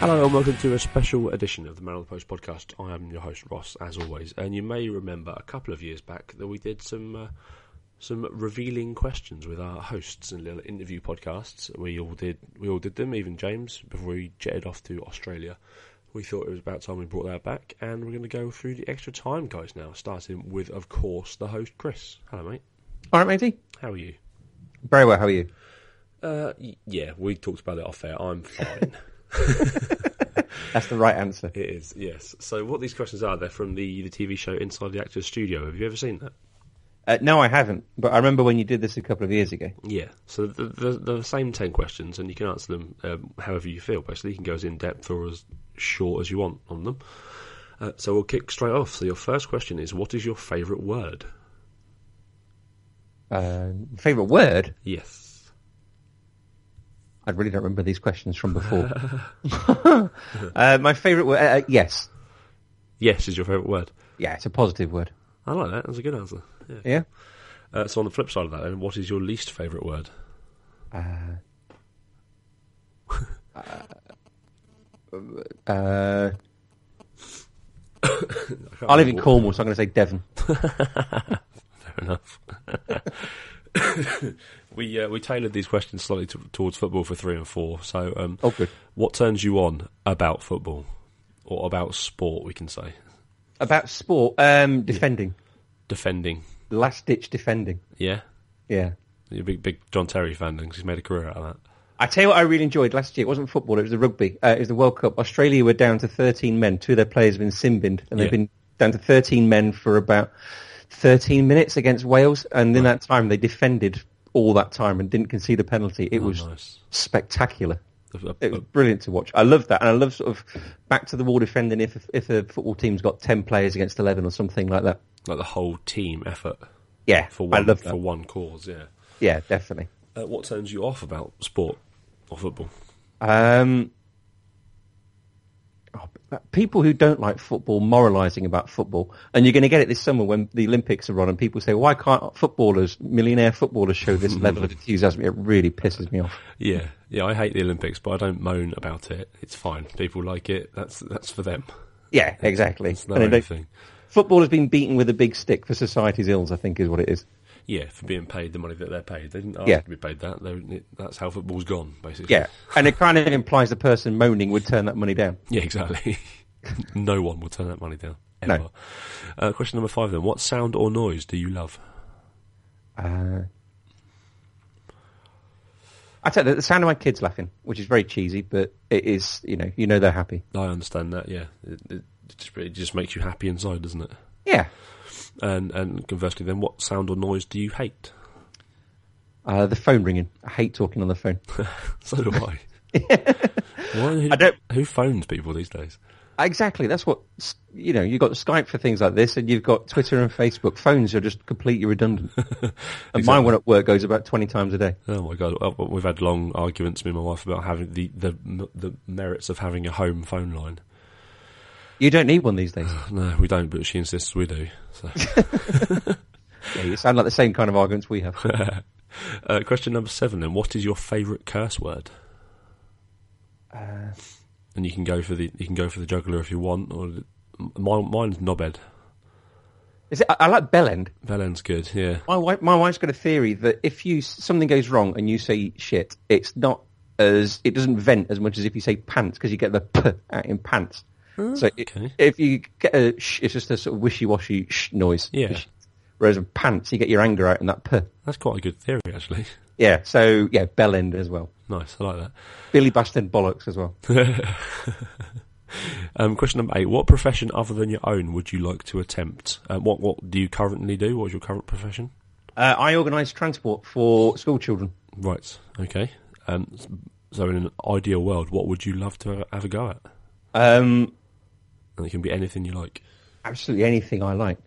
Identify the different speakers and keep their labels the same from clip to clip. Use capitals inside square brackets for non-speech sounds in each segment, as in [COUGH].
Speaker 1: Hello and welcome to a special edition of the Man on the Post podcast. I am your host Ross, as always, and you may remember a couple of years back that we did some uh, some revealing questions with our hosts and little interview podcasts. We all did we all did them, even James, before he jetted off to Australia. We thought it was about time we brought that back, and we're going to go through the extra time guys now, starting with, of course, the host Chris. Hello, mate.
Speaker 2: All right, matey.
Speaker 1: How are you?
Speaker 2: Very well. How are you?
Speaker 1: Uh, y- yeah, we talked about it off air. I'm fine.
Speaker 2: That's the right answer.
Speaker 1: It is, yes. So what these questions are, they're from the, the TV show Inside the Actors Studio. Have you ever seen that?
Speaker 2: Uh, no, I haven't, but I remember when you did this a couple of years ago.
Speaker 1: Yeah. So the, the, the same 10 questions, and you can answer them um, however you feel, basically. You can go as in-depth or as short as you want on them. Uh, so we'll kick straight off. So your first question is, what is your favourite word?
Speaker 2: Um favorite word?
Speaker 1: Yes.
Speaker 2: I really don't remember these questions from before. [LAUGHS] uh, my favorite word? Uh, uh, yes.
Speaker 1: Yes is your favourite word.
Speaker 2: Yeah, it's a positive word.
Speaker 1: I like that. That's a good answer. Yeah.
Speaker 2: Yeah.
Speaker 1: Uh, so on the flip side of that, then, what is your least favourite word?
Speaker 2: [LAUGHS] Uh, I live in Cornwall, so I'm going to say Devon.
Speaker 1: Fair enough. [LAUGHS] we uh, we tailored these questions slightly t- towards football for three and four. So, um,
Speaker 2: Oh, good.
Speaker 1: what turns you on about football or about sport? We can say
Speaker 2: About sport, um, defending,
Speaker 1: defending.
Speaker 2: last ditch defending.
Speaker 1: Yeah,
Speaker 2: Yeah.
Speaker 1: you're a big big John Terry fan because he's made a career out of that.
Speaker 2: I tell you what, I really enjoyed last year. It wasn't football; it was the rugby. Uh, it was the World Cup. Australia were down to thirteen men. Two of their players have been simbined, and they've
Speaker 1: Yeah.
Speaker 2: been down to thirteen men for about thirteen minutes against Wales. And in that time, they defended all that time and didn't concede a penalty. It was
Speaker 1: Oh, nice. Oh.
Speaker 2: spectacular.
Speaker 1: A- a-
Speaker 2: It was brilliant to watch. I loved that, and I love sort of back to the wall defending if if a football team's got ten players against eleven or something like that.
Speaker 1: Like the whole team effort
Speaker 2: Yeah,
Speaker 1: for
Speaker 2: I
Speaker 1: one
Speaker 2: love
Speaker 1: for
Speaker 2: that.
Speaker 1: one cause. Yeah.
Speaker 2: Yeah, definitely.
Speaker 1: Uh, what turns you off about sport or football?
Speaker 2: Um, oh, people who don't like football moralising about football, and you're going to get it this summer when the Olympics are on, and people say, "Why can't footballers, millionaire footballers, show this level of enthusiasm?" It really pisses me off.
Speaker 1: Yeah, yeah. I hate the Olympics, but I don't moan about it. It's fine. People like it. That's that's for them.
Speaker 2: Yeah, exactly.
Speaker 1: It's not
Speaker 2: And I don't-
Speaker 1: anything.
Speaker 2: Football has been beaten with a big stick for society's ills. I think is what it is.
Speaker 1: Yeah, for being paid the money that they're paid. They didn't ask
Speaker 2: Yeah.
Speaker 1: to be paid that. They, that's how football's gone, basically.
Speaker 2: Yeah, and it kind of implies the person moaning would turn that money down.
Speaker 1: [LAUGHS] Yeah, exactly. [LAUGHS] no one will turn that money down.
Speaker 2: No.
Speaker 1: Ever. Uh, question number five then. What sound or noise do you love?
Speaker 2: Uh, I tell you, the sound of my kids laughing, which is very cheesy, but it is, you know, you know they're happy.
Speaker 1: I understand that, yeah. It, it, just, it just makes you happy inside, doesn't it?
Speaker 2: Yeah,
Speaker 1: And, and conversely, then, what sound or noise do you hate? [LAUGHS]
Speaker 2: Uh, the phone ringing. I hate talking on the phone.
Speaker 1: So do
Speaker 2: [LAUGHS]
Speaker 1: I. Why, who,
Speaker 2: I don't-
Speaker 1: who phones people these days?
Speaker 2: [LAUGHS] exactly. That's what s- you know. You've got Skype for things like this, and you've got Twitter and Facebook. Phones are just completely [LAUGHS] redundant. and mine, when at work, goes about twenty times a day.
Speaker 1: Oh my god, Uh, we've had long arguments, me and my wife, about having the, the, the merits of having a home phone line.
Speaker 2: You don't need one these [SIGHS] days.
Speaker 1: No, we don't, but she insists we do. So.
Speaker 2: yeah, you sound like the same kind of arguments we have.
Speaker 1: [LAUGHS] Uh, question number seven then. What is your favourite curse word? and you can go for the you can go for the juggler if you want, or the- m- mine, mine's knobhead.
Speaker 2: Is it, I, I like bellend.
Speaker 1: Velen's good, yeah.
Speaker 2: My wife, my wife's got a theory that if you s- something goes wrong and you say shit, it's not as it doesn't vent as much as if you say pants because you get the p out in pants. So i
Speaker 1: okay.
Speaker 2: if you get a sh, it's just a sort of wishy-washy sh noise.
Speaker 1: Yeah.
Speaker 2: Whereas in pants, you get your anger out in that p.
Speaker 1: That's quite a good theory actually. [LAUGHS]
Speaker 2: Yeah. So yeah, bellend as well.
Speaker 1: Nice, I like that.
Speaker 2: Billy Bastard bollocks as well.
Speaker 1: Um, question number eight: What profession other than your own would you like to attempt? Uh, what What do you currently do? What is your current profession?
Speaker 2: Uh, I organise transport for school children.
Speaker 1: Right. Okay. Um, s- so, in an ideal world, what would you love to have a go at?
Speaker 2: Um,
Speaker 1: And it can be anything you like.
Speaker 2: absolutely anything I like,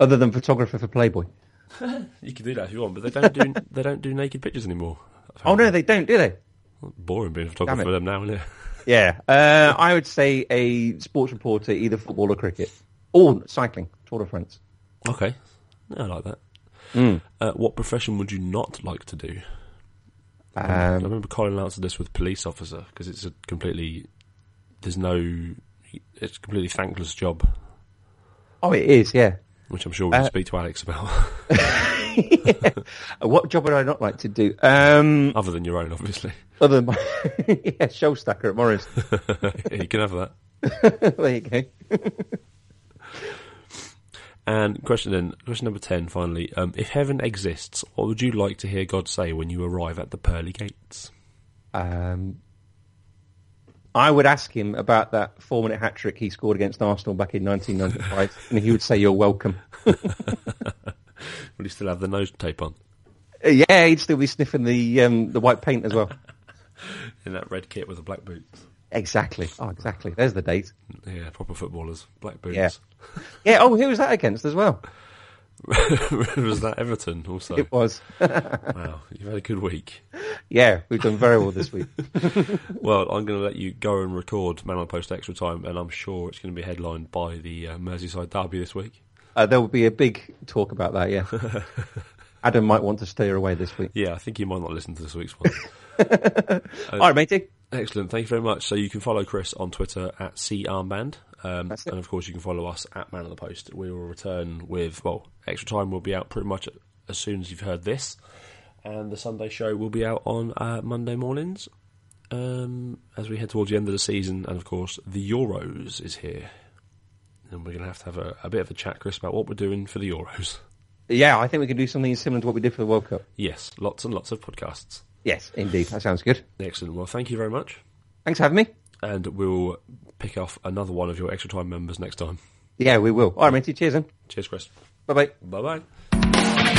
Speaker 2: other than photographer for Playboy.
Speaker 1: You can do that if you want, but they don't do [LAUGHS] they don't do naked pictures anymore.
Speaker 2: Oh no, they don't, do they?
Speaker 1: boring being a photographer
Speaker 2: Damn it.
Speaker 1: for them now, isn't it?
Speaker 2: Yeah, uh, I would say a sports reporter, either football or cricket, or cycling, Tour de France.
Speaker 1: Okay. Yeah, I like that.
Speaker 2: Mm.
Speaker 1: Uh, what profession would you not like to do? I
Speaker 2: Um,
Speaker 1: remember Colin answered this with police officer because it's a completely there's no it's a completely thankless job,
Speaker 2: oh, it is, yeah.
Speaker 1: which I'm sure we'll
Speaker 2: Uh,
Speaker 1: speak to Alex about, [LAUGHS]
Speaker 2: What job would I not like to do? Um,
Speaker 1: other than your own, obviously. [LAUGHS]
Speaker 2: other than my [LAUGHS] yeah, shell stacker at Morris. [LAUGHS]
Speaker 1: you can have that.
Speaker 2: there you go.
Speaker 1: And question then, question number ten. Finally, um, if heaven exists, what would you like to hear God say when you arrive at the pearly gates?
Speaker 2: Um, I would ask him about that four-minute hat trick he scored against Arsenal back in 1995, and he would say, "You're welcome."
Speaker 1: Will you still have the nose tape on
Speaker 2: Uh, Yeah, he'd still be sniffing the um, the white paint as well.
Speaker 1: in that red kit with the black boots?
Speaker 2: exactly. Oh, exactly. There's the date.
Speaker 1: Yeah, proper footballers, black boots.
Speaker 2: Yeah. Yeah. Oh, who was that against as well?
Speaker 1: [LAUGHS] was that Everton also?
Speaker 2: [LAUGHS] It was.
Speaker 1: Wow, you've had a good week.
Speaker 2: yeah, we've done very well this week.
Speaker 1: Well, I'm going to let you go and record Man on the Post extra time, and I'm sure it's going to be headlined by the uh, Merseyside derby this week.
Speaker 2: Uh, there will be a big talk about that. Yeah. Adam might want to steer away this week.
Speaker 1: Yeah, I think you might not listen to this week's one.
Speaker 2: All right, matey.
Speaker 1: Excellent, thank you very much. So you can follow Chris on Twitter at C Armband, um,
Speaker 2: That's it.
Speaker 1: and of course you can follow us at Man on the Post. We will return with well, extra time will be out pretty much as soon as you've heard this, and the Sunday show will be out on uh, Monday mornings. Um, as we head towards the end of the season, and of course the Euros is here, and we're going to have to have a, a bit of a chat, Chris, about what we're doing for the Euros. [LAUGHS]
Speaker 2: Yeah, I think we can do something similar to what we did for the World Cup.
Speaker 1: Yes, lots and lots of podcasts.
Speaker 2: Yes, indeed. That sounds good.
Speaker 1: Excellent. Well, thank you very much,
Speaker 2: Thanks for having me.
Speaker 1: and we'll pick off another one of your extra time members next time.
Speaker 2: Yeah, we will. All right, matey. Cheers, then.
Speaker 1: Cheers, Chris.
Speaker 2: Bye bye.
Speaker 1: Bye bye.